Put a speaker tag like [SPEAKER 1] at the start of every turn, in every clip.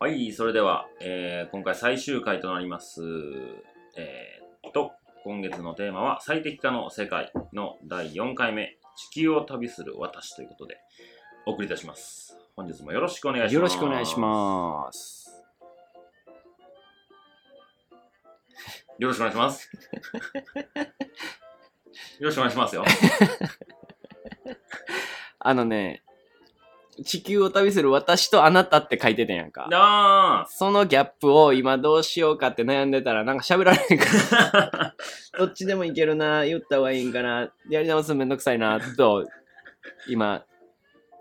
[SPEAKER 1] はい、それでは、えー今回最終回となります。えーっと、今月のテーマは最適化の世界の第4回目、地球を旅する私ということで、お送りいたします。本日もよろしくお願いします。
[SPEAKER 2] よろしくお願いします。
[SPEAKER 1] す。よろしくお願いし ます。よろしくお願いし ますよ。
[SPEAKER 2] あのね、地球を旅する私とあなたって書いてたやんか。
[SPEAKER 1] な
[SPEAKER 2] そのギャップを今どうしようかって悩んでたらなんか喋られへんか ら、
[SPEAKER 1] あ
[SPEAKER 2] どっちでもいけるな、言った方がいいんかな、やり直すのめんどくさいな、と、今、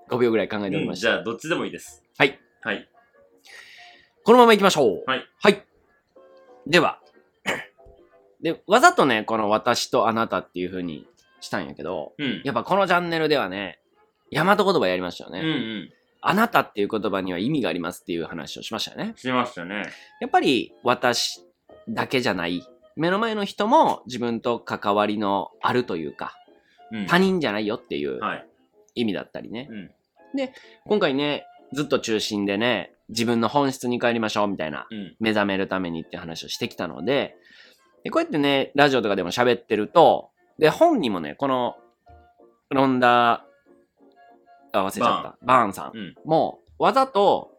[SPEAKER 2] 5秒ぐらい考えており
[SPEAKER 1] うん
[SPEAKER 2] まし
[SPEAKER 1] じ
[SPEAKER 2] た。
[SPEAKER 1] ゃあ、どっちでもいいです。
[SPEAKER 2] はい。
[SPEAKER 1] はい。
[SPEAKER 2] このまま行きましょう。
[SPEAKER 1] はい。
[SPEAKER 2] では。で、わざとね、この私とあなたっていう風にしたんやけど、
[SPEAKER 1] うん。
[SPEAKER 2] やっぱこのチャンネルではね、大和言葉やりましたよね。
[SPEAKER 1] うんうん。
[SPEAKER 2] あなたっていう言葉には意味がありますっていう話をしましたよね。
[SPEAKER 1] してましたね。
[SPEAKER 2] やっぱり私だけじゃない。目の前の人も自分と関わりのあるというか、
[SPEAKER 1] うん。
[SPEAKER 2] 他人じゃないよっていう
[SPEAKER 1] はい。
[SPEAKER 2] 意味だったりね
[SPEAKER 1] う。ん。
[SPEAKER 2] 今回ね、ずっと中心でね、自分の本質に帰りましょうみたいな、
[SPEAKER 1] うん。
[SPEAKER 2] 目覚めるためにって話をしてきたので、でこうやってね、ラジオとかでも喋ってると、で、本にもね、この、ロンダ、あ、忘れちゃった。バーンさん
[SPEAKER 1] うん。
[SPEAKER 2] もうわざと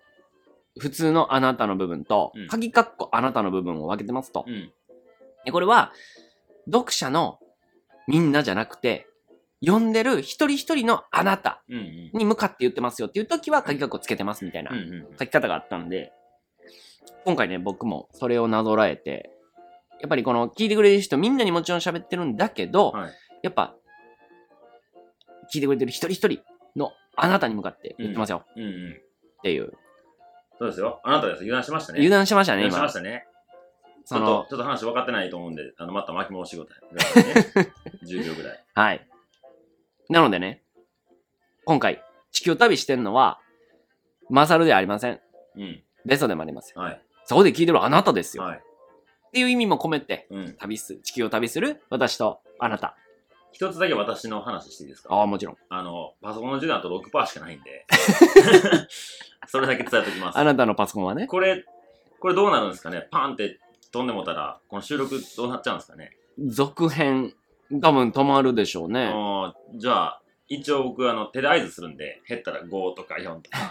[SPEAKER 2] 普通のあなたの部分と
[SPEAKER 1] うん、
[SPEAKER 2] 鍵括弧あなたの部分を分けてますと
[SPEAKER 1] う。ん。
[SPEAKER 2] でこれは読者のみんなじゃなくて、読んでる一人一人のあなた
[SPEAKER 1] うんうん。
[SPEAKER 2] に向かって言ってますよっていう時は鍵括弧つけてますみたいな
[SPEAKER 1] うんうん。
[SPEAKER 2] 書き方があったんで、今回ね、僕もそれをなぞらえて、やっぱりこの聞いてくれる人みんなにもちろん喋ってるんだけど、
[SPEAKER 1] はい
[SPEAKER 2] やっぱ、聞いてくれてる一人一人のあなたに向かって言ってますよ
[SPEAKER 1] うんうん。
[SPEAKER 2] っていう
[SPEAKER 1] そうですよ。あなたです。油断しましたね。
[SPEAKER 2] 油断しましたね、
[SPEAKER 1] 油断しま
[SPEAKER 2] 今
[SPEAKER 1] し。たね。ちょ
[SPEAKER 2] そ
[SPEAKER 1] っと
[SPEAKER 2] の、
[SPEAKER 1] ちょっと話分かってないと思うんで、あの、また巻き戻してく ださいね。10秒ぐらい。
[SPEAKER 2] はい。なのでね、今回、地球を旅してんのは、マサルではありません。
[SPEAKER 1] うん。
[SPEAKER 2] ベソでもありません。
[SPEAKER 1] はい。
[SPEAKER 2] そこで聞いてるあなたですよ。
[SPEAKER 1] はい。
[SPEAKER 2] っていう意味も込めて、
[SPEAKER 1] うん。
[SPEAKER 2] 旅す、地球を旅する私とあなた。
[SPEAKER 1] 一つだけ私の話していいですか
[SPEAKER 2] ああ、もちろん。
[SPEAKER 1] あの、パソコンの授業あと6%しかないん で。それだけ伝えておきます
[SPEAKER 2] あ。なたのパソコンはね。
[SPEAKER 1] これ、これどうなるんですかねパンって飛んでもたら、この収録どうなっちゃうんですかね
[SPEAKER 2] 続編、多分止まるでしょうね。
[SPEAKER 1] あーじゃあ、一応僕、あの、手で合図するんで、減ったら5とか4とか。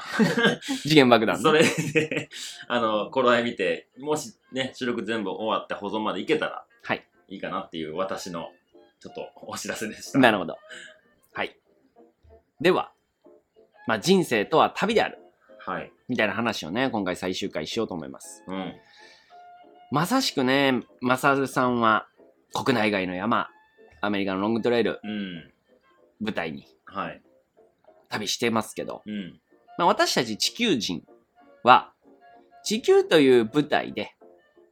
[SPEAKER 2] 次元爆弾。
[SPEAKER 1] それで、 あの、頃合い見て、もしね、収録全部終わって保存までいけたら、
[SPEAKER 2] はい。
[SPEAKER 1] いいかなっていう私の、ちょっとお知らせでした。
[SPEAKER 2] なるほど。はい。では、まあ、人生とは旅である。
[SPEAKER 1] はい。
[SPEAKER 2] みたいな話をね、今回最終回しようと思います。
[SPEAKER 1] うん。
[SPEAKER 2] まさしくね、マサルさんは国内外の山、アメリカのロングトレイル
[SPEAKER 1] うん。
[SPEAKER 2] 舞台に
[SPEAKER 1] はい。
[SPEAKER 2] 旅してますけど、
[SPEAKER 1] うん。
[SPEAKER 2] まあ、私たち地球人は地球という舞台で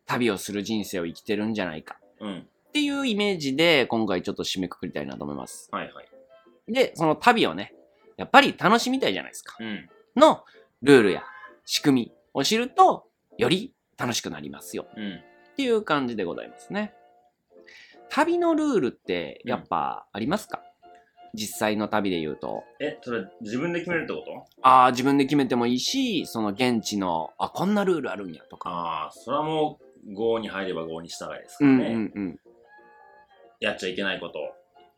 [SPEAKER 2] 旅をする人生を生きてるんじゃないか
[SPEAKER 1] うん。
[SPEAKER 2] っていうイメージで今回ちょっと締めくくりたいなと思います。
[SPEAKER 1] はいはい。
[SPEAKER 2] で、その旅をね、やっぱり楽しみたいじゃないですか。
[SPEAKER 1] うん。
[SPEAKER 2] のルールや仕組みを知るとより楽しくなりますよ。
[SPEAKER 1] うん。
[SPEAKER 2] っていう感じでございますね。旅のルールってやっぱありますか、実際の旅で言うと。
[SPEAKER 1] え、それ、自分で決めるってこと
[SPEAKER 2] ああ、自分で決めてもいいし、その現地の、あ、こんなルールあるんやとか。
[SPEAKER 1] ああ、それはもう、5に入れば5に従いですから
[SPEAKER 2] うんう
[SPEAKER 1] ね。
[SPEAKER 2] んうん。
[SPEAKER 1] やっちゃいけないこと。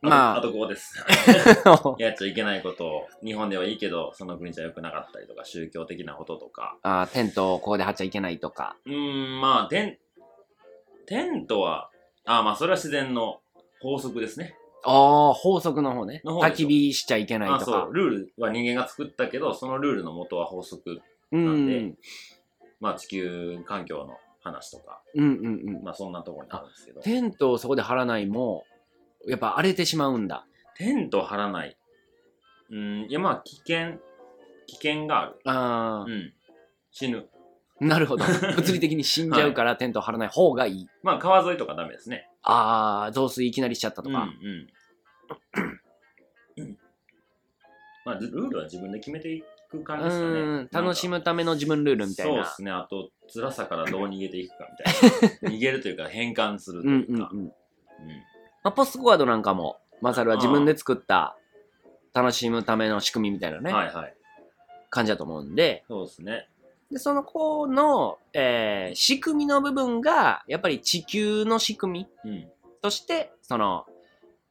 [SPEAKER 2] ま
[SPEAKER 1] まあ
[SPEAKER 2] あ
[SPEAKER 1] と、あと5です。 やっちゃいけないことを、日本ではいいけど、その国じゃ良くなかったりとか、宗教的なこととか、
[SPEAKER 2] あーテントをここで張っちゃいけないとか。
[SPEAKER 1] うーん、まあ、テン、テントは、あまあ、それは自然の法則ですね。
[SPEAKER 2] ああ、法則の方ね。
[SPEAKER 1] の方で
[SPEAKER 2] 焚
[SPEAKER 1] しょ
[SPEAKER 2] き火しちゃいけない
[SPEAKER 1] あ
[SPEAKER 2] と
[SPEAKER 1] そ
[SPEAKER 2] か
[SPEAKER 1] う、。ルールは人間が作ったけど、そのルールの元は法則。
[SPEAKER 2] うんう
[SPEAKER 1] なん
[SPEAKER 2] ん
[SPEAKER 1] で
[SPEAKER 2] うん
[SPEAKER 1] まあ、地球環境の話とか、
[SPEAKER 2] うんうん。
[SPEAKER 1] まあ、そんなところになるんですけど。
[SPEAKER 2] テントをそこで張らないも、やっぱ荒れてしまうんだ。
[SPEAKER 1] テント張らない。うん、いや、まあ、危険、危険がある。
[SPEAKER 2] ああ、
[SPEAKER 1] うん。死ぬ。
[SPEAKER 2] な るほど。物理的に死んじゃうからテントを張らない方がいい。
[SPEAKER 1] まあ、川沿いとかダメですね。
[SPEAKER 2] ああ、増水いきなりしちゃったと
[SPEAKER 1] うん、
[SPEAKER 2] か。
[SPEAKER 1] うん。うんまあ、ルルールは自分で決めていく
[SPEAKER 2] う
[SPEAKER 1] 感じですかね。
[SPEAKER 2] ー
[SPEAKER 1] なん
[SPEAKER 2] ん、
[SPEAKER 1] か
[SPEAKER 2] 楽しむための自分ルールみたい
[SPEAKER 1] そう
[SPEAKER 2] な。
[SPEAKER 1] ですね。あと、辛さからどう逃げていくかみたい な。逃げるというか、変換すると
[SPEAKER 2] うん
[SPEAKER 1] い
[SPEAKER 2] うん
[SPEAKER 1] う
[SPEAKER 2] うん。
[SPEAKER 1] か。
[SPEAKER 2] ま
[SPEAKER 1] うん
[SPEAKER 2] あ、ポストコワードなんかも、マサルは自分で作った楽しむための仕組みみたいなね、
[SPEAKER 1] はいはい。
[SPEAKER 2] 感じだと思うんで、
[SPEAKER 1] そうですね。
[SPEAKER 2] で、その子の、えー仕組みの部分が、やっぱり地球の仕組み
[SPEAKER 1] うん。
[SPEAKER 2] として、その、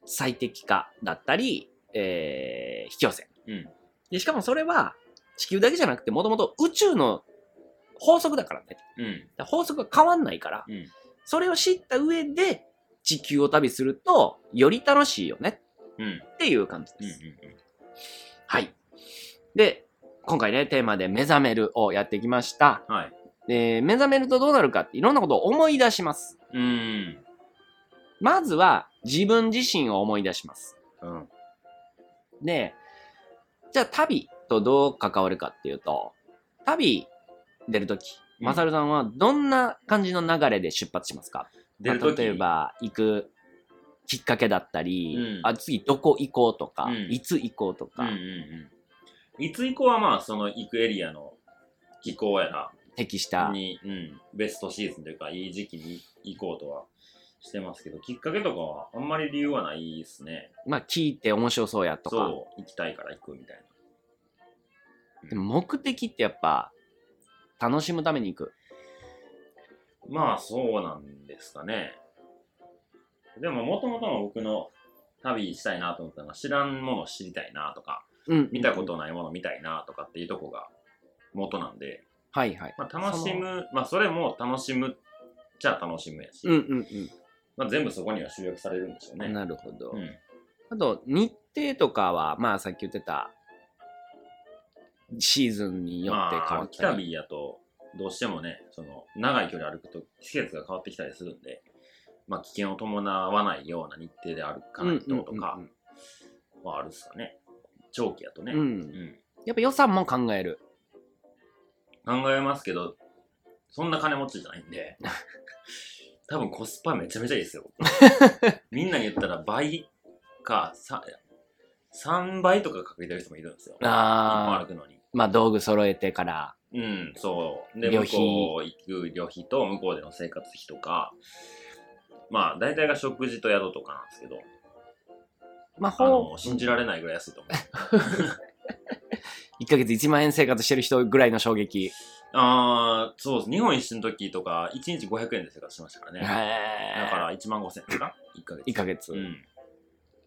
[SPEAKER 2] 最適化だったり、えー、引き寄せ。
[SPEAKER 1] うん。
[SPEAKER 2] で、しかもそれは、地球だけじゃなくて、もともと宇宙の法則だからね。
[SPEAKER 1] うん。
[SPEAKER 2] だから法則が変わんないから、
[SPEAKER 1] うん。
[SPEAKER 2] それを知った上で、地球を旅すると、より楽しいよね
[SPEAKER 1] うん。
[SPEAKER 2] っていう感じ
[SPEAKER 1] う
[SPEAKER 2] で
[SPEAKER 1] ん
[SPEAKER 2] す。。はい。で、今回ね、テーマで目覚めるをやってきました。
[SPEAKER 1] うん。はい。
[SPEAKER 2] で、目覚めるとどうなるかっていろんなことを思い出します。
[SPEAKER 1] うん。
[SPEAKER 2] まずは自分自身を思い出します。
[SPEAKER 1] うん。
[SPEAKER 2] で、じゃあ旅とどう関わるかっていうと、旅出るとき、
[SPEAKER 1] うん
[SPEAKER 2] マサルさんはどんな感じの流れで出発しますか、
[SPEAKER 1] 出る
[SPEAKER 2] まあ
[SPEAKER 1] とき、
[SPEAKER 2] 例えば行くきっかけだったり、
[SPEAKER 1] うん
[SPEAKER 2] あ次どこ行こうとか、
[SPEAKER 1] うん
[SPEAKER 2] いつ行こうとか、
[SPEAKER 1] うんうんうん。いつ以降はまあ、その行くエリアの気候やら、
[SPEAKER 2] 適した。
[SPEAKER 1] に、うん、ベストシーズンというか、いい時期に行こうとはしてますけど、きっかけとかはあんまり理由はないですね。
[SPEAKER 2] まあ聞いて面白そうやとか。
[SPEAKER 1] そう、行きたいから行くみたい
[SPEAKER 2] でも目的ってやっぱ楽しむために行く。
[SPEAKER 1] な。まあ、そうなんですかね。でも、もともとの僕の旅したいなと思ったのは、知らんものを知りたいなとか、
[SPEAKER 2] うん
[SPEAKER 1] 見たことないもの見たいなとかっていうとこが元なんで、
[SPEAKER 2] はいはい。
[SPEAKER 1] まあ、楽しむ、まあ、それも楽しむっちゃ楽しむやし、
[SPEAKER 2] うんうん
[SPEAKER 1] まあ、全部そこには集約されるんでしょう
[SPEAKER 2] う
[SPEAKER 1] ね。
[SPEAKER 2] ん。なるほど。
[SPEAKER 1] うん
[SPEAKER 2] あと、日程とかは、まあさっき言ってた、シーズンによって
[SPEAKER 1] ま
[SPEAKER 2] 変
[SPEAKER 1] あ、
[SPEAKER 2] わっ
[SPEAKER 1] 秋
[SPEAKER 2] たり。
[SPEAKER 1] 旅やと、どうしてもね、その、長い距離歩くと季節が変わってきたりするんで、まあ、危険を伴わないような日程で歩かないととか
[SPEAKER 2] うんうん
[SPEAKER 1] はあるっすかね。長期やとね。
[SPEAKER 2] うん
[SPEAKER 1] う
[SPEAKER 2] うん
[SPEAKER 1] ん
[SPEAKER 2] やっぱ予算も考える。
[SPEAKER 1] 考えますけど、そんな金持ちじゃないん で、多分コスパめちゃめちゃいいですよ。みんなに言ったら倍か、さ3倍とかかけてる人もいるんですよ。
[SPEAKER 2] あー
[SPEAKER 1] 一歩歩くのに。
[SPEAKER 2] まあ道具揃えてから。
[SPEAKER 1] うん、そう。で、
[SPEAKER 2] 旅
[SPEAKER 1] 向
[SPEAKER 2] 費
[SPEAKER 1] こう行く旅費と、向こうでの生活費とか、まあ、大体が食事と宿とかなんですけど、
[SPEAKER 2] ま
[SPEAKER 1] あ
[SPEAKER 2] あ、ほ
[SPEAKER 1] の、信じられないぐらい安いと思う。
[SPEAKER 2] 1ヶ月1万円生活してる人ぐらいの衝撃。
[SPEAKER 1] ああ、そうです。日本一周の時とか、1日500円で生活してましたから
[SPEAKER 2] へ
[SPEAKER 1] ね。だ
[SPEAKER 2] だ
[SPEAKER 1] から1万5000円ですか ?1 ヶ月。
[SPEAKER 2] 1ヶ月。
[SPEAKER 1] うん。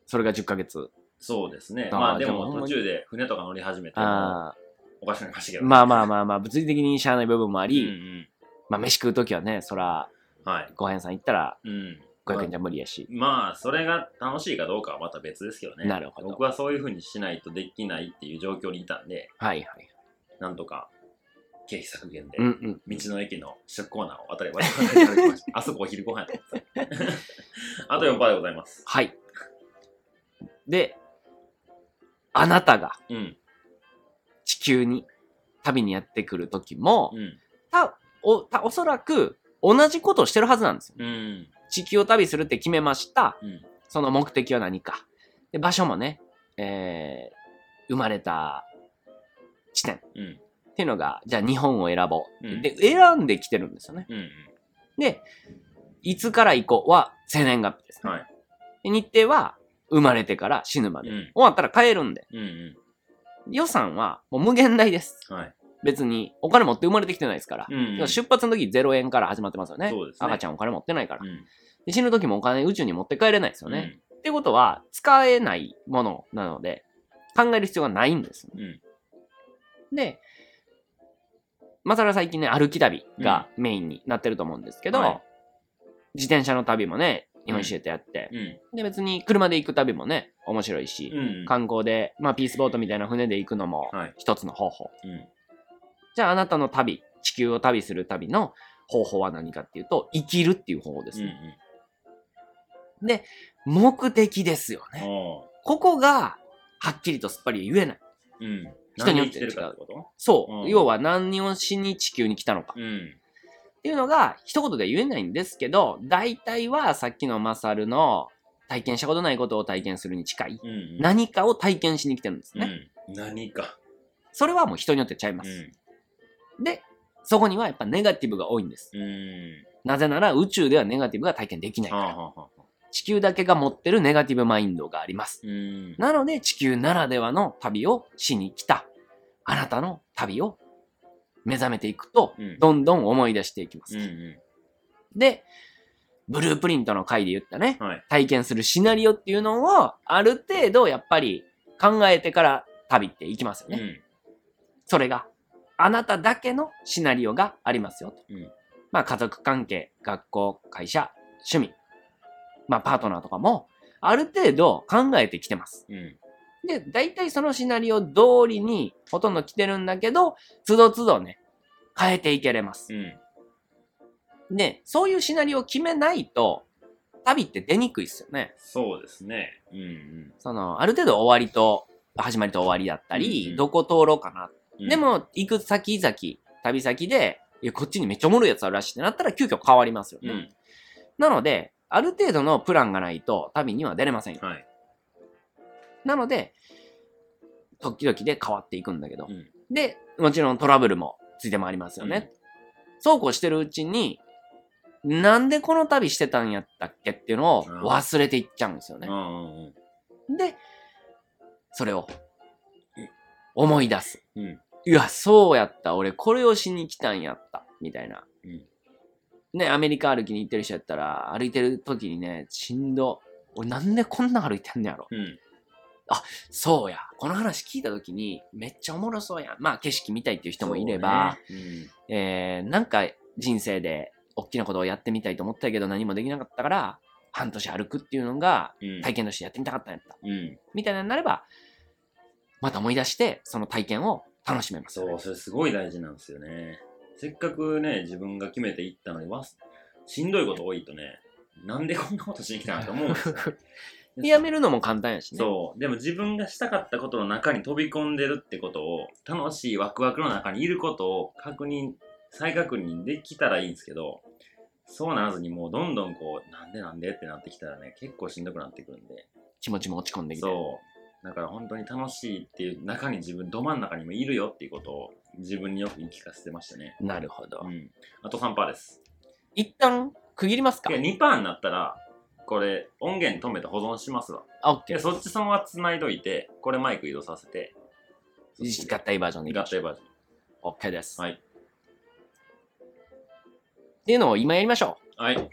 [SPEAKER 2] それが10ヶ月。
[SPEAKER 1] そうですね。
[SPEAKER 2] あー
[SPEAKER 1] まあで
[SPEAKER 2] でもほ
[SPEAKER 1] も
[SPEAKER 2] んま
[SPEAKER 1] 途
[SPEAKER 2] に
[SPEAKER 1] 中で船とか乗り始めても
[SPEAKER 2] ああ。
[SPEAKER 1] おかしくなりましたけど。
[SPEAKER 2] まあまあ
[SPEAKER 1] あ。
[SPEAKER 2] まあまあ、物理的にしゃあない部分もあ
[SPEAKER 1] うんう
[SPEAKER 2] り、
[SPEAKER 1] ん。
[SPEAKER 2] まあ飯食うときはね、そら、
[SPEAKER 1] はい。
[SPEAKER 2] ごはんさん行ったら
[SPEAKER 1] うん。
[SPEAKER 2] 500円じゃ無理やし。
[SPEAKER 1] まあ、それが楽しいかどうかはまた別ですけどね。
[SPEAKER 2] なるほど
[SPEAKER 1] 僕はそういうふうにしないとできないっていう状況にいたんで、
[SPEAKER 2] はいはい。
[SPEAKER 1] なんとか経費削減で、
[SPEAKER 2] うんうん。
[SPEAKER 1] 道の駅の試食コーナーを渡り渡り渡り歩きました。あそこお昼ご飯やと思ってたあと4パーでございます。
[SPEAKER 2] はい。で、あなたが
[SPEAKER 1] うん。
[SPEAKER 2] 地球に旅にやってくる時も、
[SPEAKER 1] うん。
[SPEAKER 2] たおたおそらく同じことをしてるはずなんですよ。
[SPEAKER 1] うん。
[SPEAKER 2] 地球を旅するって決めました。
[SPEAKER 1] うん
[SPEAKER 2] その目的は何か。で場所もね、えー、生まれた地点っ
[SPEAKER 1] うん。
[SPEAKER 2] ていうのが、じゃあ日本を選ぼう。
[SPEAKER 1] うん
[SPEAKER 2] で、選んできてるんですよね。
[SPEAKER 1] うん。
[SPEAKER 2] で、いつから行こうは生年月日ですね。
[SPEAKER 1] はい
[SPEAKER 2] で日程は生まれてから死ぬまで。
[SPEAKER 1] うん
[SPEAKER 2] 終わったら帰るんで。
[SPEAKER 1] うん。うん。
[SPEAKER 2] 予算はもう無限大です。
[SPEAKER 1] はい。
[SPEAKER 2] 別にお金持って生まれてきてないですから。
[SPEAKER 1] うん
[SPEAKER 2] だ
[SPEAKER 1] う
[SPEAKER 2] から
[SPEAKER 1] ん。
[SPEAKER 2] 出発の時0円から始まってますよね。
[SPEAKER 1] そうですね
[SPEAKER 2] 赤ちゃんお金持ってないから
[SPEAKER 1] う。ん。
[SPEAKER 2] で死ぬ時もお金宇宙に持って帰れないですよね。ってことは使えないものなので考える必要がないんですよね。
[SPEAKER 1] うん。うん。
[SPEAKER 2] で、まさら最近ね、歩き旅がメインになってると思うんですけど、
[SPEAKER 1] うんはい
[SPEAKER 2] 自転車の旅もね、日本一周ってやって、
[SPEAKER 1] うん。
[SPEAKER 2] で、別に車で行く旅もね、面白いし、
[SPEAKER 1] うん。
[SPEAKER 2] 観光で、まあ、ピースボートみたいな船で行くのも
[SPEAKER 1] はい。
[SPEAKER 2] 一つの方法。
[SPEAKER 1] うん。
[SPEAKER 2] じゃあ、あなたの旅、地球を旅する旅の方法は何かっていうと、生きるっていう方法で
[SPEAKER 1] う
[SPEAKER 2] す
[SPEAKER 1] ん。う
[SPEAKER 2] ね。
[SPEAKER 1] ん。
[SPEAKER 2] 目的ですよね。
[SPEAKER 1] あ
[SPEAKER 2] ここが、はっきりとすっぱり言えない。
[SPEAKER 1] あ。うん。
[SPEAKER 2] 人によって
[SPEAKER 1] 何で生きるかってこと
[SPEAKER 2] そう。
[SPEAKER 1] うん
[SPEAKER 2] 要は何をしに地球に来たのか。
[SPEAKER 1] うん。
[SPEAKER 2] っていうのが一言で言えないんですけど、大体はさっきのマサルの体験したことないことを体験するに近い。
[SPEAKER 1] うん。
[SPEAKER 2] 何かを体験しに来てるんですね。
[SPEAKER 1] うん。何か。
[SPEAKER 2] それはもう人によってちゃいます。で、そこにはやっぱネガティブが多いんです。
[SPEAKER 1] うん。うん。
[SPEAKER 2] なぜなら宇宙ではネガティブが体験できないか
[SPEAKER 1] はあ
[SPEAKER 2] ら。
[SPEAKER 1] はあはあ。
[SPEAKER 2] 地球だけが持ってるネガティブマインドがあります。
[SPEAKER 1] うん。
[SPEAKER 2] なので地球ならではの旅をしに来た。あなたの旅を目覚めていくと、
[SPEAKER 1] うん
[SPEAKER 2] どんどん思い出していきます。
[SPEAKER 1] うんう
[SPEAKER 2] で、ブループリントの回で言ったね、
[SPEAKER 1] ん。はい。
[SPEAKER 2] 体験するシナリオっていうのを、ある程度やっぱり考えてから旅っていきますよ
[SPEAKER 1] う
[SPEAKER 2] ね。
[SPEAKER 1] ん。
[SPEAKER 2] それが、あなただけのシナリオがありますよと。
[SPEAKER 1] うん
[SPEAKER 2] まあ、家族関係、学校、会社、趣味、まあ、パートナーとかも、ある程度考えてきてます。
[SPEAKER 1] うん。
[SPEAKER 2] で、大体そのシナリオ通りに、ほとんど来てるんだけど、つどつどね、変えていけれます
[SPEAKER 1] う。ん。
[SPEAKER 2] で、そういうシナリオを決めないと、旅って出にくいっすよね。
[SPEAKER 1] そうですね。うん
[SPEAKER 2] その、ある程度終わりと、始まりと終わりだったり、
[SPEAKER 1] うんうん
[SPEAKER 2] どこ通ろうかな
[SPEAKER 1] うん。
[SPEAKER 2] で、も、行く先々、旅先で、いや、こっちにめっちゃおもろいやつあるらしいってなったら、急遽変わりますよ
[SPEAKER 1] う
[SPEAKER 2] ね。
[SPEAKER 1] ん。
[SPEAKER 2] なので、ある程度のプランがないと、旅には出れませんよ。
[SPEAKER 1] はい。
[SPEAKER 2] なので、時々で変わっていくんだけど。
[SPEAKER 1] うん
[SPEAKER 2] で、もちろんトラブルもついて回りますよね。そうこうしてるうちに、なんでこの旅してたんやったっけっていうのを
[SPEAKER 1] うん
[SPEAKER 2] 忘れていっちゃうんですよ
[SPEAKER 1] う
[SPEAKER 2] ね
[SPEAKER 1] ん。。うん
[SPEAKER 2] で、それを思い出す。
[SPEAKER 1] うん。うん。
[SPEAKER 2] いや、そうやった。俺、これをしに来たんやった。みたいな。
[SPEAKER 1] うん
[SPEAKER 2] ね、アメリカ歩きに行ってる人やったら、歩いてる時にね、しんど。俺、なんでこんな歩いてんのやろ。
[SPEAKER 1] うん。
[SPEAKER 2] そうや。この話聞いた時に、めっちゃおもろそうやん。まあ、景色見たいっていう人もいれば、
[SPEAKER 1] そうね。
[SPEAKER 2] えー、なんか人生で大きなことをやってみたいと思ったけど、何もできなかったから、半年歩くっていうのが、
[SPEAKER 1] うん。うん
[SPEAKER 2] 体。験としてやってみたかったんやった。
[SPEAKER 1] うん。
[SPEAKER 2] みたいなのになれば、また思い出して、その体験を楽しめますよね、
[SPEAKER 1] そう、それすごい大事なんですよね。せっかくね、自分が決めていったのに、わすしんどいこと多いとね、なんでこんなことしに来たんだと思うんです よ。
[SPEAKER 2] でやめるのも簡単やしね。
[SPEAKER 1] そう、でも自分がしたかったことの中に飛び込んでるってことを、楽しいワクワクの中にいることを確認、再確認できたらいいんですけど、そうならずにもうどんどんこう、なんでなんでってなってきたらね、結構しんどくなってくるんで。
[SPEAKER 2] 気持ちも落ち込んできて。
[SPEAKER 1] そう。だから本当に楽しいっていう中に自分、ど真ん中にもいるよっていうことを自分によく言い聞かせてましたね。
[SPEAKER 2] なるほど。
[SPEAKER 1] うん。あと3%です。
[SPEAKER 2] 一旦区切りますか
[SPEAKER 1] いや、2%になったら、これ音源止めて保存しますわ。
[SPEAKER 2] あ、オッ
[SPEAKER 1] い
[SPEAKER 2] ケ
[SPEAKER 1] や、そっちそのまま繋いどいて、これマイク移動させて、そっち
[SPEAKER 2] ー。合体バージョンでいき
[SPEAKER 1] 合
[SPEAKER 2] ましょ
[SPEAKER 1] 体
[SPEAKER 2] う。
[SPEAKER 1] バージョン。
[SPEAKER 2] オッケーです。
[SPEAKER 1] はい。
[SPEAKER 2] っていうのを今やりましょう。
[SPEAKER 1] はい。オ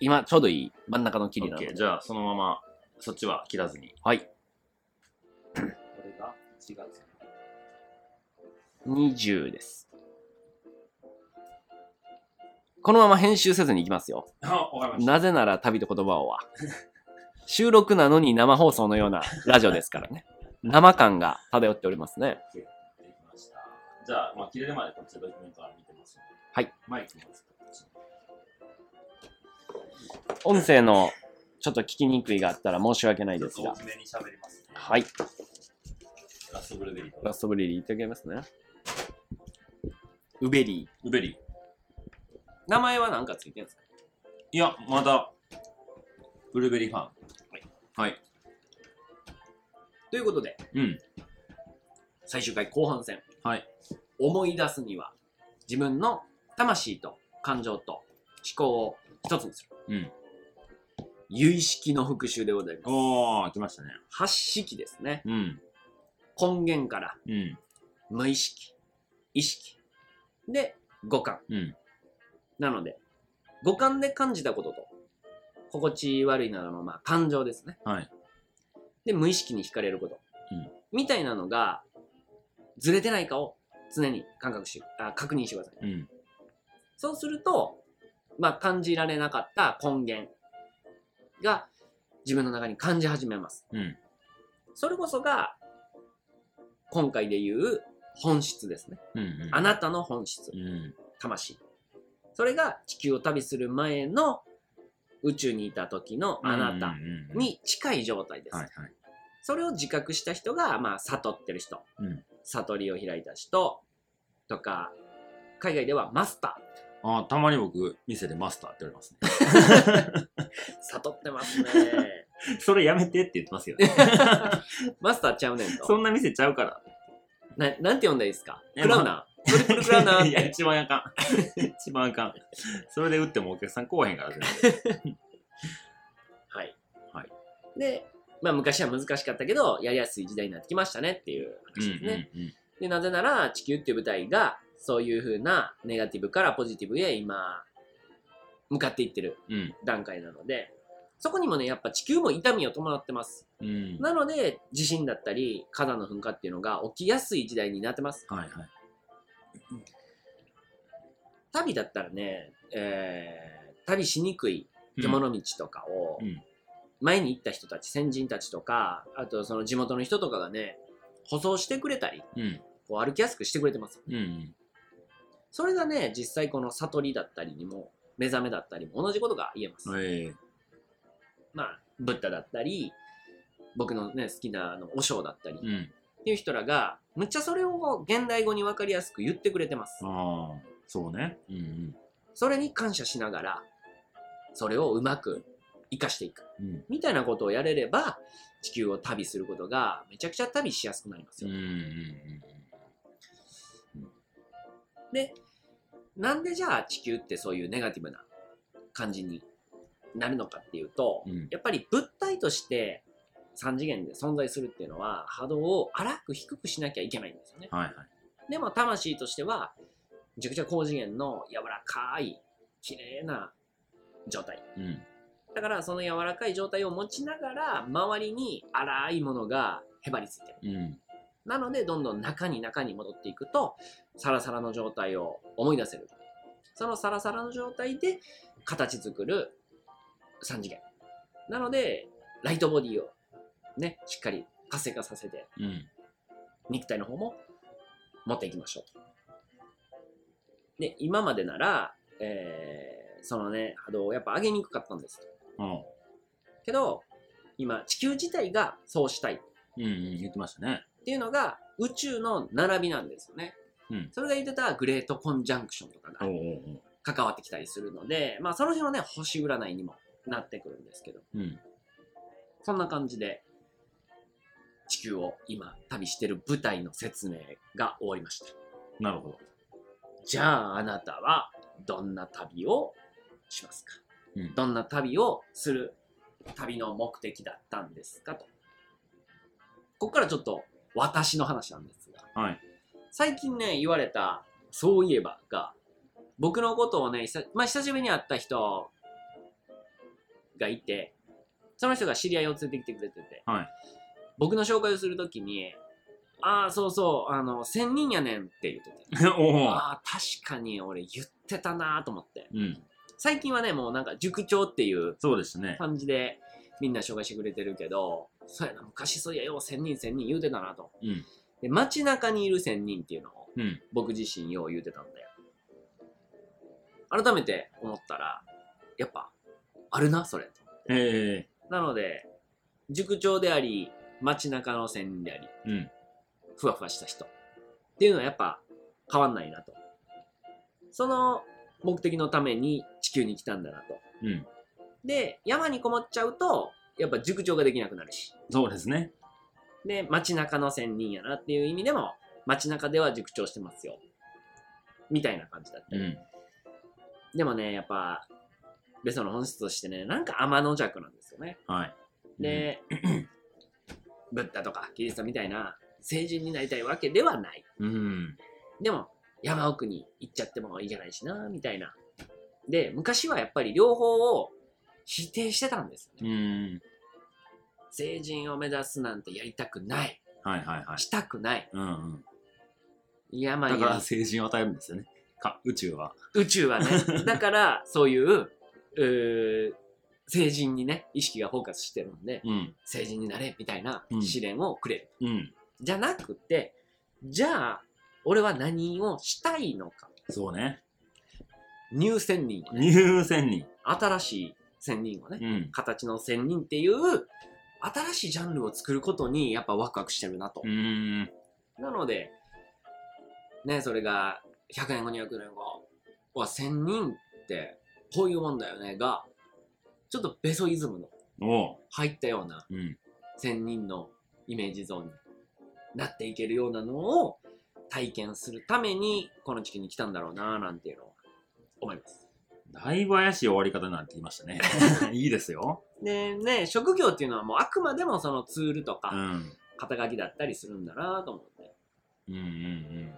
[SPEAKER 2] 今、ちょうどいい真ん中の切りな
[SPEAKER 1] ッ
[SPEAKER 2] の
[SPEAKER 1] ケ
[SPEAKER 2] で
[SPEAKER 1] ー。。じゃあ、そのまま、そっちは切らずに。
[SPEAKER 2] はい。
[SPEAKER 3] これが違う。
[SPEAKER 2] 20です。このまま編集せずにいきますよ。
[SPEAKER 3] あ、わかりまし
[SPEAKER 2] なぜなら旅と言葉をは。収録なのに生放送のようなラジオですからね。生感が漂っておりますね。
[SPEAKER 1] できました。じゃあ、まあ、切れるまでこっちでドキュメントは見てますので。
[SPEAKER 2] はい。
[SPEAKER 1] マイクもつけてこっちに
[SPEAKER 2] 音声のちょっと聞きにくいがあったら申し訳ない
[SPEAKER 1] ちょ
[SPEAKER 2] で
[SPEAKER 1] っ
[SPEAKER 2] す
[SPEAKER 1] と
[SPEAKER 2] が
[SPEAKER 1] 大。きめに喋ります、ね。
[SPEAKER 2] はい。
[SPEAKER 1] ラストブルーベリー。
[SPEAKER 2] ラストブリリーいってきますね。ウベリー。
[SPEAKER 1] ブベリー。
[SPEAKER 2] 名前は何かついてるんですか
[SPEAKER 1] いや、まだ、ブルーベリーファン。
[SPEAKER 2] ということで、
[SPEAKER 1] うん。
[SPEAKER 2] 最終回後半戦。
[SPEAKER 1] はい。
[SPEAKER 2] 思い出すには、自分の魂と感情と思考を一つにする。
[SPEAKER 1] うん。
[SPEAKER 2] 有意識の復習でございます。
[SPEAKER 1] おー、来ましたね。
[SPEAKER 2] 八式ですね。
[SPEAKER 1] うん。
[SPEAKER 2] 根源から
[SPEAKER 1] うん。
[SPEAKER 2] 無意識、意識。で、五感。
[SPEAKER 1] うん。
[SPEAKER 2] なので、五感で感じたことと、心地悪いなどの、まあ、感情ですね。
[SPEAKER 1] はい。
[SPEAKER 2] で、無意識に惹かれること。
[SPEAKER 1] うん
[SPEAKER 2] みたいなのが、ずれてないかを常に感覚しあ確認してくださ
[SPEAKER 1] う
[SPEAKER 2] い。
[SPEAKER 1] ん。
[SPEAKER 2] そうすると、まあ、感じられなかった根源が自分の中に感じ始めます。
[SPEAKER 1] うん。
[SPEAKER 2] それこそが、今回で言う本質ですね。
[SPEAKER 1] うん。
[SPEAKER 2] あなたの本質
[SPEAKER 1] う。ん。
[SPEAKER 2] 魂。それが地球を旅する前の宇宙にいた時のあなた
[SPEAKER 1] うん、
[SPEAKER 2] に近い状態です。
[SPEAKER 1] はいはい。
[SPEAKER 2] それを自覚した人が、まあ、悟ってる人、
[SPEAKER 1] うん
[SPEAKER 2] 悟りを開いた人とか、海外ではマスタ
[SPEAKER 1] あー、たまに僕、店でマスターって言われますね。
[SPEAKER 2] ー。悟ってますね。
[SPEAKER 1] それやめてって言ってますけ どね。
[SPEAKER 2] マスターちゃうねん
[SPEAKER 1] そ
[SPEAKER 2] と。
[SPEAKER 1] んな店ちゃうから。
[SPEAKER 2] ななんて呼んだらいいですか
[SPEAKER 1] え
[SPEAKER 2] クラウナー。トリプルクラウナー っ
[SPEAKER 1] いや、
[SPEAKER 2] て。
[SPEAKER 1] 一番あかん。一番あかん。それで打ってもお客さん来おへんから、全然
[SPEAKER 2] はい。
[SPEAKER 1] はい
[SPEAKER 2] で、まあ、昔は難しかったけど、やりやすい時代になってきましたねっていう話ですね。
[SPEAKER 1] うんうんうん
[SPEAKER 2] でなぜなら地球っていう舞台がそういう風なネガティブからポジティブへ今、向かっていってる
[SPEAKER 1] うん。
[SPEAKER 2] 段階なので、そこにもね、やっぱ地球も痛みを伴ってます。
[SPEAKER 1] うん。
[SPEAKER 2] なので、地震だったり、火山の噴火っていうのが起きやすい時代になってます。
[SPEAKER 1] はいはい。
[SPEAKER 2] 旅だったらね、えー旅しにくい獣道とかを、
[SPEAKER 1] うん
[SPEAKER 2] 前に行った人たち、先人たちとか、あとその地元の人とかがね、舗装してくれたり、
[SPEAKER 1] うん。
[SPEAKER 2] こう歩きやすくしてくれてます。
[SPEAKER 1] うん。
[SPEAKER 2] それがね、実際この悟りだったりにも、目覚めだったりも同じことが言えます。
[SPEAKER 1] ええ。
[SPEAKER 2] まあ、ブッダだったり、僕のね、好きなあの、和尚だったり、
[SPEAKER 1] う
[SPEAKER 2] っ
[SPEAKER 1] ん。
[SPEAKER 2] ていう人らが、むっちゃそれを現代語に分かりやすく言ってくれてます。
[SPEAKER 1] ああ、そうね。うん
[SPEAKER 2] それに感謝しながら、それをうまく活かしていく。
[SPEAKER 1] うん。
[SPEAKER 2] みたいなことをやれれば、地球を旅することが、めちゃくちゃ旅しやすくなります
[SPEAKER 1] うん。うん。
[SPEAKER 2] よ。
[SPEAKER 1] うん。
[SPEAKER 2] で、なんでじゃあ地球ってそういうネガティブな感じになるのかっていうと、
[SPEAKER 1] うん
[SPEAKER 2] やっぱり物体として3次元で存在するっていうのは波動を荒く低くしなきゃいけないんですよね。
[SPEAKER 1] はいはい。
[SPEAKER 2] でも魂としては、めちゃくちゃ高次元の柔らかい、綺麗な状態。
[SPEAKER 1] うん。
[SPEAKER 2] だからその柔らかい状態を持ちながら、周りに荒いものがへばりついてる。
[SPEAKER 1] うん。
[SPEAKER 2] なので、どんどん中に中に戻っていくと、サラサラの状態を思い出せる。そのサラサラの状態で形作る3次元。なので、ライトボディをね、しっかり活性化させて、
[SPEAKER 1] うん。
[SPEAKER 2] 肉体の方も持っていきましょう。で、今までなら、えーそのね、波動をやっぱ上げにくかったんです。
[SPEAKER 1] ああ。
[SPEAKER 2] けど、今、地球自体がそうしたい。
[SPEAKER 1] うん。うん。言ってましたね。
[SPEAKER 2] っていうのが宇宙の並びなんですよね。
[SPEAKER 1] うん
[SPEAKER 2] それが言ってたグレートコンジャンクションとか
[SPEAKER 1] おう
[SPEAKER 2] が
[SPEAKER 1] おう
[SPEAKER 2] 関わってきたりするので、まあその辺はね、星占いにもなってくるんですけど、
[SPEAKER 1] おう。うん。
[SPEAKER 2] そんな感じで地球を今旅してる舞台の説明が終わりました。
[SPEAKER 1] なるほど。
[SPEAKER 2] じゃああなたはどんな旅をしますか、
[SPEAKER 1] うん
[SPEAKER 2] どんな旅をする旅の目的だったんですかと。ここからちょっと私の話なんですが、
[SPEAKER 1] はい。
[SPEAKER 2] 最近ね言われた「そういえば」が僕のことをね久,、まあ、久しぶりに会った人がいてその人が知り合いを連れてきてくれてて、
[SPEAKER 1] はい
[SPEAKER 2] 僕の紹介をするときに「ああそうそうあの千人やねん」って言ってて
[SPEAKER 1] おお。
[SPEAKER 2] ああ確かに俺言ってたなーと思って
[SPEAKER 1] うん。
[SPEAKER 2] 最近はねもうなんか塾長っていう
[SPEAKER 1] そうですね。
[SPEAKER 2] 感じでみんな紹介してくれてるけどそうやな昔そういやよう千人千人言うてたなと、
[SPEAKER 1] うん
[SPEAKER 2] で街中にいる千人っていうのを
[SPEAKER 1] うん。
[SPEAKER 2] 僕自身よう言うてたんだよ改めて思ったらやっぱあるなそれと
[SPEAKER 1] ええ。
[SPEAKER 2] なので塾長であり街中の仙人であり
[SPEAKER 1] うん。
[SPEAKER 2] ふわふわした人っていうのはやっぱ変わんないなとその目的のために地球に来たんだなと
[SPEAKER 1] うん。
[SPEAKER 2] で山にこもっちゃうとやっぱ塾長ができなくなるし
[SPEAKER 1] そうですね。
[SPEAKER 2] で街中の仙人やなっていう意味でも街中では塾長してますよみたいな感じだった
[SPEAKER 1] う
[SPEAKER 2] り、
[SPEAKER 1] ん。
[SPEAKER 2] でもね、やっぱ、ベソの本質としてね、なんか天の弱なんですよね。
[SPEAKER 1] はい。
[SPEAKER 2] で、 ブッダとかキリストみたいな聖人になりたいわけではない。
[SPEAKER 1] うん。
[SPEAKER 2] でも、山奥に行っちゃってもいけないしな、みたいな。で、昔はやっぱり両方を否定してたんですよ
[SPEAKER 1] う
[SPEAKER 2] ね。
[SPEAKER 1] ん。
[SPEAKER 2] 聖人を目指すなんてやりたくない。
[SPEAKER 1] はいはいはい。
[SPEAKER 2] したくない。
[SPEAKER 1] うんうん。
[SPEAKER 2] 山
[SPEAKER 1] だ
[SPEAKER 2] に
[SPEAKER 1] から成人を与えるんですよね。か宇宙は。
[SPEAKER 2] 宇宙はねだからそういううー成人にね意識がフォーカスしてるんで
[SPEAKER 1] うん。
[SPEAKER 2] 成人になれみたいな
[SPEAKER 1] うん
[SPEAKER 2] 試練をくれる、
[SPEAKER 1] うん。
[SPEAKER 2] じゃなくてじゃあ俺は何をしたいのか
[SPEAKER 1] そうね。
[SPEAKER 2] 入選人をね
[SPEAKER 1] 入選人。
[SPEAKER 2] 新しい仙人をね、
[SPEAKER 1] うん。
[SPEAKER 2] 形の仙人っていう新しいジャンルを作ることにやっぱワクワクしてるなと
[SPEAKER 1] う、ーん。
[SPEAKER 2] なのでねそれが100年後200年後は1000人ってこういうもんだよねがちょっとベソイズムの
[SPEAKER 1] おう。
[SPEAKER 2] 入ったような
[SPEAKER 1] うん。
[SPEAKER 2] 1000人のイメージゾーンになっていけるようなのを体験するためにこの地球に来たんだろうなぁなんていうのは思います。
[SPEAKER 1] だいぶ怪しい終わり方になってきました ね。いいですよ。
[SPEAKER 2] でね職業っていうのはもうあくまでもそのツールと
[SPEAKER 1] う
[SPEAKER 2] か
[SPEAKER 1] ん。
[SPEAKER 2] 肩書きだったりするんだなぁと思って。
[SPEAKER 1] うんうんうん。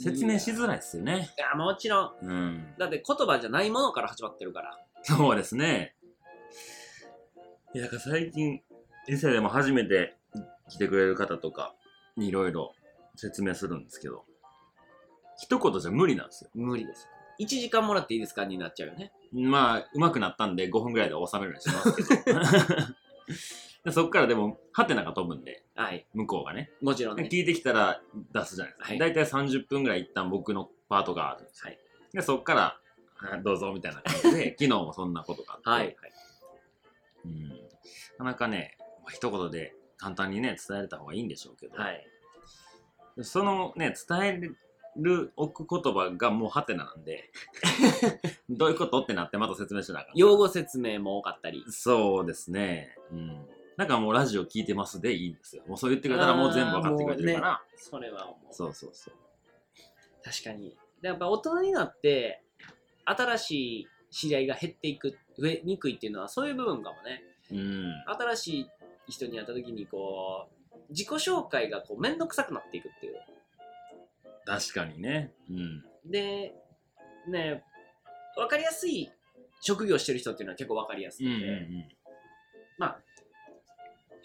[SPEAKER 1] 説明しづらいですよね。
[SPEAKER 2] いや、もちろん。
[SPEAKER 1] うん。
[SPEAKER 2] だって言葉じゃないものから始まってるから。
[SPEAKER 1] そうですね。いや、だから最近、伊勢でも初めて来てくれる方とかにいろいろ説明するんですけど、一言じゃ無理なんですよ。
[SPEAKER 2] 無理です。1時間もらっていいですかになっちゃうよね。
[SPEAKER 1] まあ、上手くなったんで5分ぐらいで収めるようにしてますけど。 でそっからでも、ハテナが飛ぶんで、
[SPEAKER 2] はい。
[SPEAKER 1] 向こうがね。
[SPEAKER 2] もちろんね。
[SPEAKER 1] 聞いてきたら出すじゃないですか。
[SPEAKER 2] はい
[SPEAKER 1] だいたい30分ぐらい一旦僕のパートがあるんですよ
[SPEAKER 2] はい
[SPEAKER 1] で、そっから、あどうぞみたいな感じで、 昨日もそんなことがあって、
[SPEAKER 2] はい。
[SPEAKER 1] うん、なかなかね、まあ一言で簡単にね、伝えれた方がいいんでしょうけど、
[SPEAKER 2] はい。
[SPEAKER 1] そのね、伝える置く言葉がもうハテナなん で、どういうことってなってまた説明しなあかん
[SPEAKER 2] 用語説明も多かったり。
[SPEAKER 1] そうですね。うん。なんかもうラジオ聞いてますでいいんですよ。もうそう言ってくれたらもう全部分かってくれてるから。
[SPEAKER 2] それは思う。
[SPEAKER 1] そうそうそう。
[SPEAKER 2] 確かに。でやっぱ大人になって、新しい知り合いが減っていく、増えにくいっていうのはそういう部分かもね。
[SPEAKER 1] うん。
[SPEAKER 2] 新しい人に会った時にこう、自己紹介がこう面倒くさくなっていくっていう。
[SPEAKER 1] 確かにね。うん。
[SPEAKER 2] で、ね、分かりやすい職業してる人っていうのは結構分かりやすく
[SPEAKER 1] うん
[SPEAKER 2] て、
[SPEAKER 1] うんうん。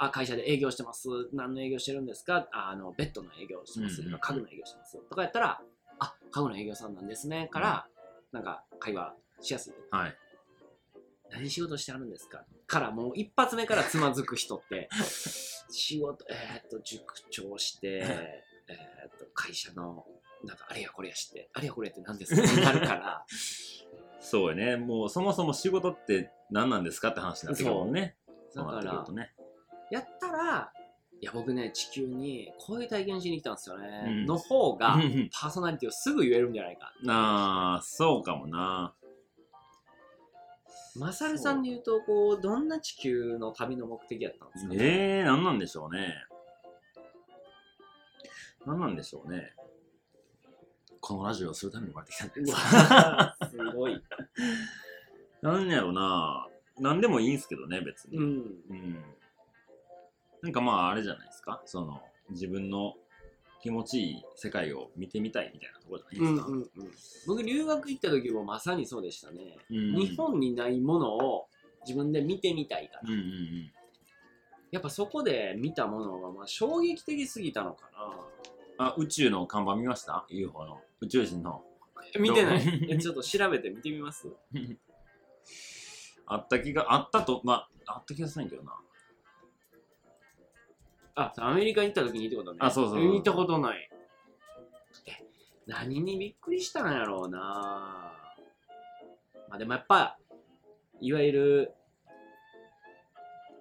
[SPEAKER 2] あ、会社で営業してます、何の営業してるんですか、ああのベッドの営業してます、
[SPEAKER 1] うんうんうん
[SPEAKER 2] 家具の営業してますとかやったら、あ家具の営業さんなんですねから、なんか会話しやすい。
[SPEAKER 1] はい。
[SPEAKER 2] 何仕事してあるんですかからもう一発目からつまずく人って 仕事えーっと塾長してえーっと会社のなんかあれやこれやしてあれやこれやって何ですかってなるから
[SPEAKER 1] そうよね。もうそもそも仕事って何なんですかって話になってくるもんね。
[SPEAKER 2] だ
[SPEAKER 1] そうなっ
[SPEAKER 2] か
[SPEAKER 1] てくる
[SPEAKER 2] ら
[SPEAKER 1] とね。
[SPEAKER 2] やったらいや僕ね地球にこういう体験しに来たんですよね、
[SPEAKER 1] うん
[SPEAKER 2] の方が
[SPEAKER 1] うんうん
[SPEAKER 2] パーソナリティをすぐ言えるんじゃないか
[SPEAKER 1] ああ、そうかもな。
[SPEAKER 2] マサルさんで言うとこうどんな地球の旅の目的やったんですか、
[SPEAKER 1] ええー、何なんでしょうね。何なんでしょうね。このラジオをするために生まれてきたんじゃないで
[SPEAKER 2] う
[SPEAKER 1] すか。
[SPEAKER 2] わすごい、
[SPEAKER 1] なんやろな。何でもいいんすけどね、別に。
[SPEAKER 2] うん、
[SPEAKER 1] うんなんかまああれじゃないですかその自分の気持ちいい世界を見てみたいみたいなところじゃ
[SPEAKER 2] う
[SPEAKER 1] ない
[SPEAKER 2] ん
[SPEAKER 1] ですか、
[SPEAKER 2] うんうん、僕留学行った時もまさにそうでしたね、
[SPEAKER 1] うん
[SPEAKER 2] 日本にないものを自分で見てみたいから、
[SPEAKER 1] うんうんうん
[SPEAKER 2] やっぱそこで見たものはまあ衝撃的すぎたのか
[SPEAKER 1] あ宇宙の看板見ました ?UFO の宇宙人の
[SPEAKER 2] な見てな
[SPEAKER 1] どう
[SPEAKER 2] い えちょっと調べて見てみます
[SPEAKER 1] あった気があったとまああった気がするんやけどな
[SPEAKER 2] あアメリカに行った時にってことね
[SPEAKER 1] あそうそうそう
[SPEAKER 2] 見たことないえ何にびっくりしたんやろうなまあでもやっぱいわゆる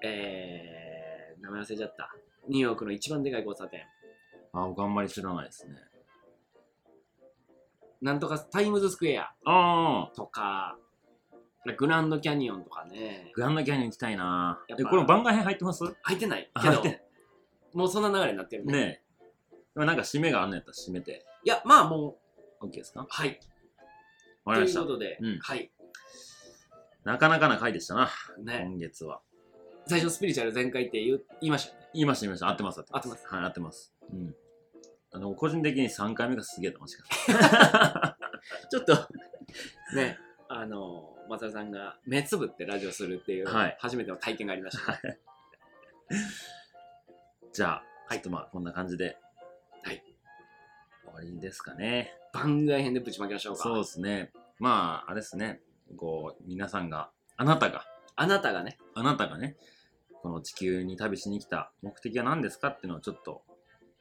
[SPEAKER 2] えー、名前忘れちゃったニューヨークの一番でかい交差点
[SPEAKER 1] あ僕あんまり知らないですね
[SPEAKER 2] なんとかタイムズスクエア
[SPEAKER 1] ああ
[SPEAKER 2] とかグランドキャニオンとかね
[SPEAKER 1] グランドキャニオン行きたいな
[SPEAKER 2] やっ
[SPEAKER 1] え
[SPEAKER 2] ぱ
[SPEAKER 1] これ番外編入ってます
[SPEAKER 2] 入ってないけ
[SPEAKER 1] 入っ
[SPEAKER 2] ど
[SPEAKER 1] てない
[SPEAKER 2] もうそんな流れになってるね
[SPEAKER 1] ねえでもなんか締めがあんのやったら締めて
[SPEAKER 2] いやまあも
[SPEAKER 1] OK ですか
[SPEAKER 2] うはい
[SPEAKER 1] わかり
[SPEAKER 2] と
[SPEAKER 1] ま
[SPEAKER 2] い
[SPEAKER 1] し
[SPEAKER 2] う
[SPEAKER 1] た
[SPEAKER 2] ことで、
[SPEAKER 1] うん
[SPEAKER 2] はい
[SPEAKER 1] なかなかな回でしたな
[SPEAKER 2] ね
[SPEAKER 1] 今月は
[SPEAKER 2] 最初スピリチュアル全開って言う言いましたよね。
[SPEAKER 1] 言いました、言いました。合ってます、合
[SPEAKER 2] 合ってます。
[SPEAKER 1] はい、合ってます。うん。あの、個人的に3回目がすげえ楽しかった。
[SPEAKER 2] ちょっとね、あの、松田さんが目つぶってラジオするっていう、
[SPEAKER 1] はい
[SPEAKER 2] 初めての体験がありました。
[SPEAKER 1] じゃあ、はい、とまあ、こんな感じで。
[SPEAKER 2] はい。
[SPEAKER 1] 終わりですかね。
[SPEAKER 2] 番外編でぶちまけましょうか。
[SPEAKER 1] そうですね。まあ、あれですね。こう、皆さんが、あなたが、
[SPEAKER 2] あなたがね、
[SPEAKER 1] あなたがね、この地球に旅しに来た目的は何ですかっていうのをちょっと、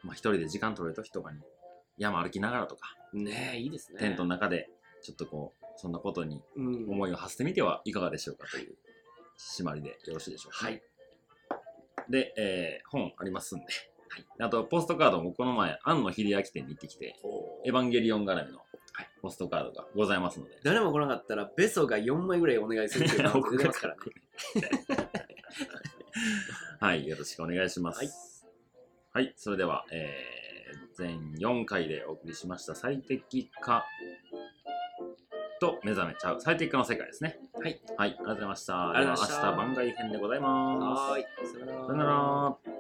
[SPEAKER 1] まあ、一人で時間取れる時とかに、山歩きながらとか、
[SPEAKER 2] ねいいですね。
[SPEAKER 1] テントの中で、ちょっとこう、そんなことに
[SPEAKER 2] うん、
[SPEAKER 1] 思いを馳せてみてはいかがでしょうかという締まりでよろしいでしょうか、
[SPEAKER 2] はい。
[SPEAKER 1] で、えー本ありますんで、あとポストカードもこの前庵野秀明店に行ってきてエヴァンゲリオン絡みのポストカードがございますので、
[SPEAKER 2] 誰も来なかったら、ベソが4枚ぐらいお願いするっていう のが出てますからね。
[SPEAKER 1] はい、よろしくお願いします。
[SPEAKER 2] はい
[SPEAKER 1] はい、それでは、えー全4回でお送りしました最適化と目覚めちゃう最適化の世界ですね。
[SPEAKER 2] はい。
[SPEAKER 1] はい、ありがとうございました。
[SPEAKER 2] ありがとうございました
[SPEAKER 1] では明日番外編でございます。
[SPEAKER 2] はーい。
[SPEAKER 1] さよなら。